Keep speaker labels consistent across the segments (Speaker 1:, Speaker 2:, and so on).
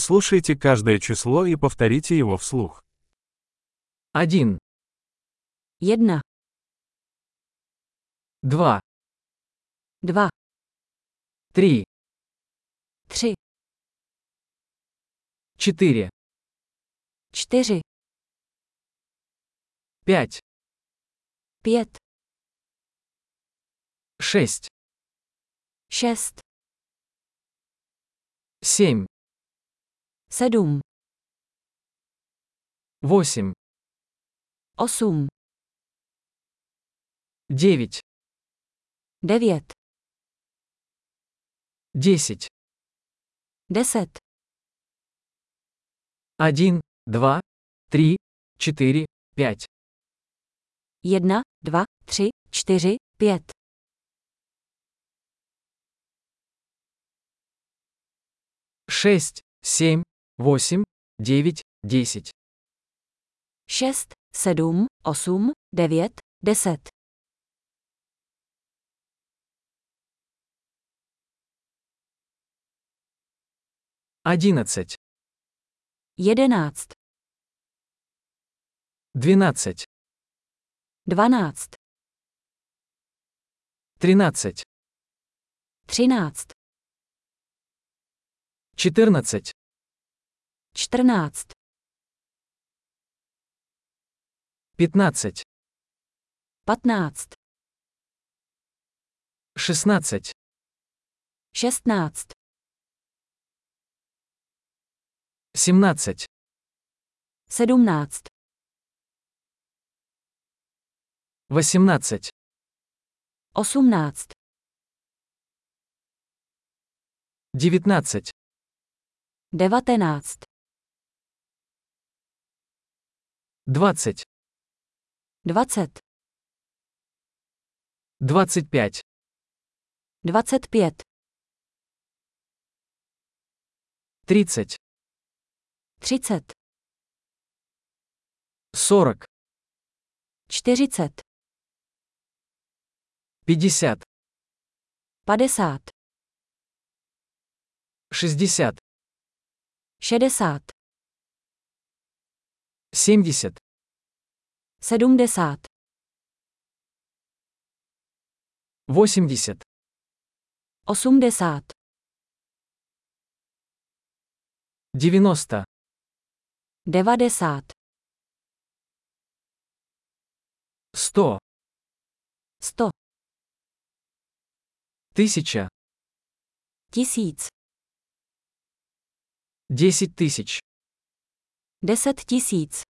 Speaker 1: Прослушайте каждое число и повторите его вслух.
Speaker 2: Один,
Speaker 3: Jedna,
Speaker 2: два,
Speaker 3: dva,
Speaker 2: три,
Speaker 3: tři,
Speaker 2: четыре,
Speaker 3: čtyři,
Speaker 2: пять,
Speaker 3: pět,
Speaker 2: шесть,
Speaker 3: šest,
Speaker 2: семь,
Speaker 3: sedm,
Speaker 2: восемь,
Speaker 3: osm,
Speaker 2: девять,
Speaker 3: devět,
Speaker 2: десять,
Speaker 3: deset,
Speaker 2: один, два, три, четыре, пять,
Speaker 3: jedna, dva, tři, čtyři, pět,
Speaker 2: шесть, семь, восемь, девять, десять,
Speaker 3: šest, sedm, osm, devět, deset,
Speaker 2: одиннадцать,
Speaker 3: jedenáct,
Speaker 2: двенадцать,
Speaker 3: dvanáct,
Speaker 2: тринадцать,
Speaker 3: třináct,
Speaker 2: четырнадцать,
Speaker 3: čtrnáct,
Speaker 2: пятнадцать,
Speaker 3: patnáct,
Speaker 2: шестнадцать,
Speaker 3: šestnáct,
Speaker 2: семнадцать,
Speaker 3: sedmnáct,
Speaker 2: восемнадцать,
Speaker 3: osmnáct,
Speaker 2: девятнадцать,
Speaker 3: devatenáct,
Speaker 2: двадцать,
Speaker 3: dvacet,
Speaker 2: двадцать пять,
Speaker 3: dvacet pět,
Speaker 2: тридцать,
Speaker 3: třicet,
Speaker 2: сорок,
Speaker 3: čtyřicet,
Speaker 2: пятьдесят,
Speaker 3: padesát,
Speaker 2: шестьдесят,
Speaker 3: šedesát,
Speaker 2: семьдесят,
Speaker 3: sedmdesát,
Speaker 2: восемьдесят,
Speaker 3: osmdesát,
Speaker 2: девяносто,
Speaker 3: devadesát,
Speaker 2: сто,
Speaker 3: sto,
Speaker 2: тысяча,
Speaker 3: tisíc,
Speaker 2: десять тысяч,
Speaker 3: deset tisíc,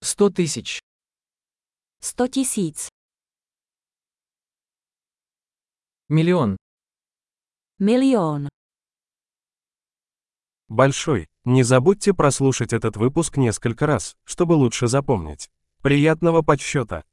Speaker 2: сто тысяч,
Speaker 3: sto tisíc,
Speaker 2: миллион.
Speaker 3: milion.
Speaker 1: Большой. Не забудьте прослушать этот выпуск несколько раз, чтобы лучше запомнить. Приятного подсчета!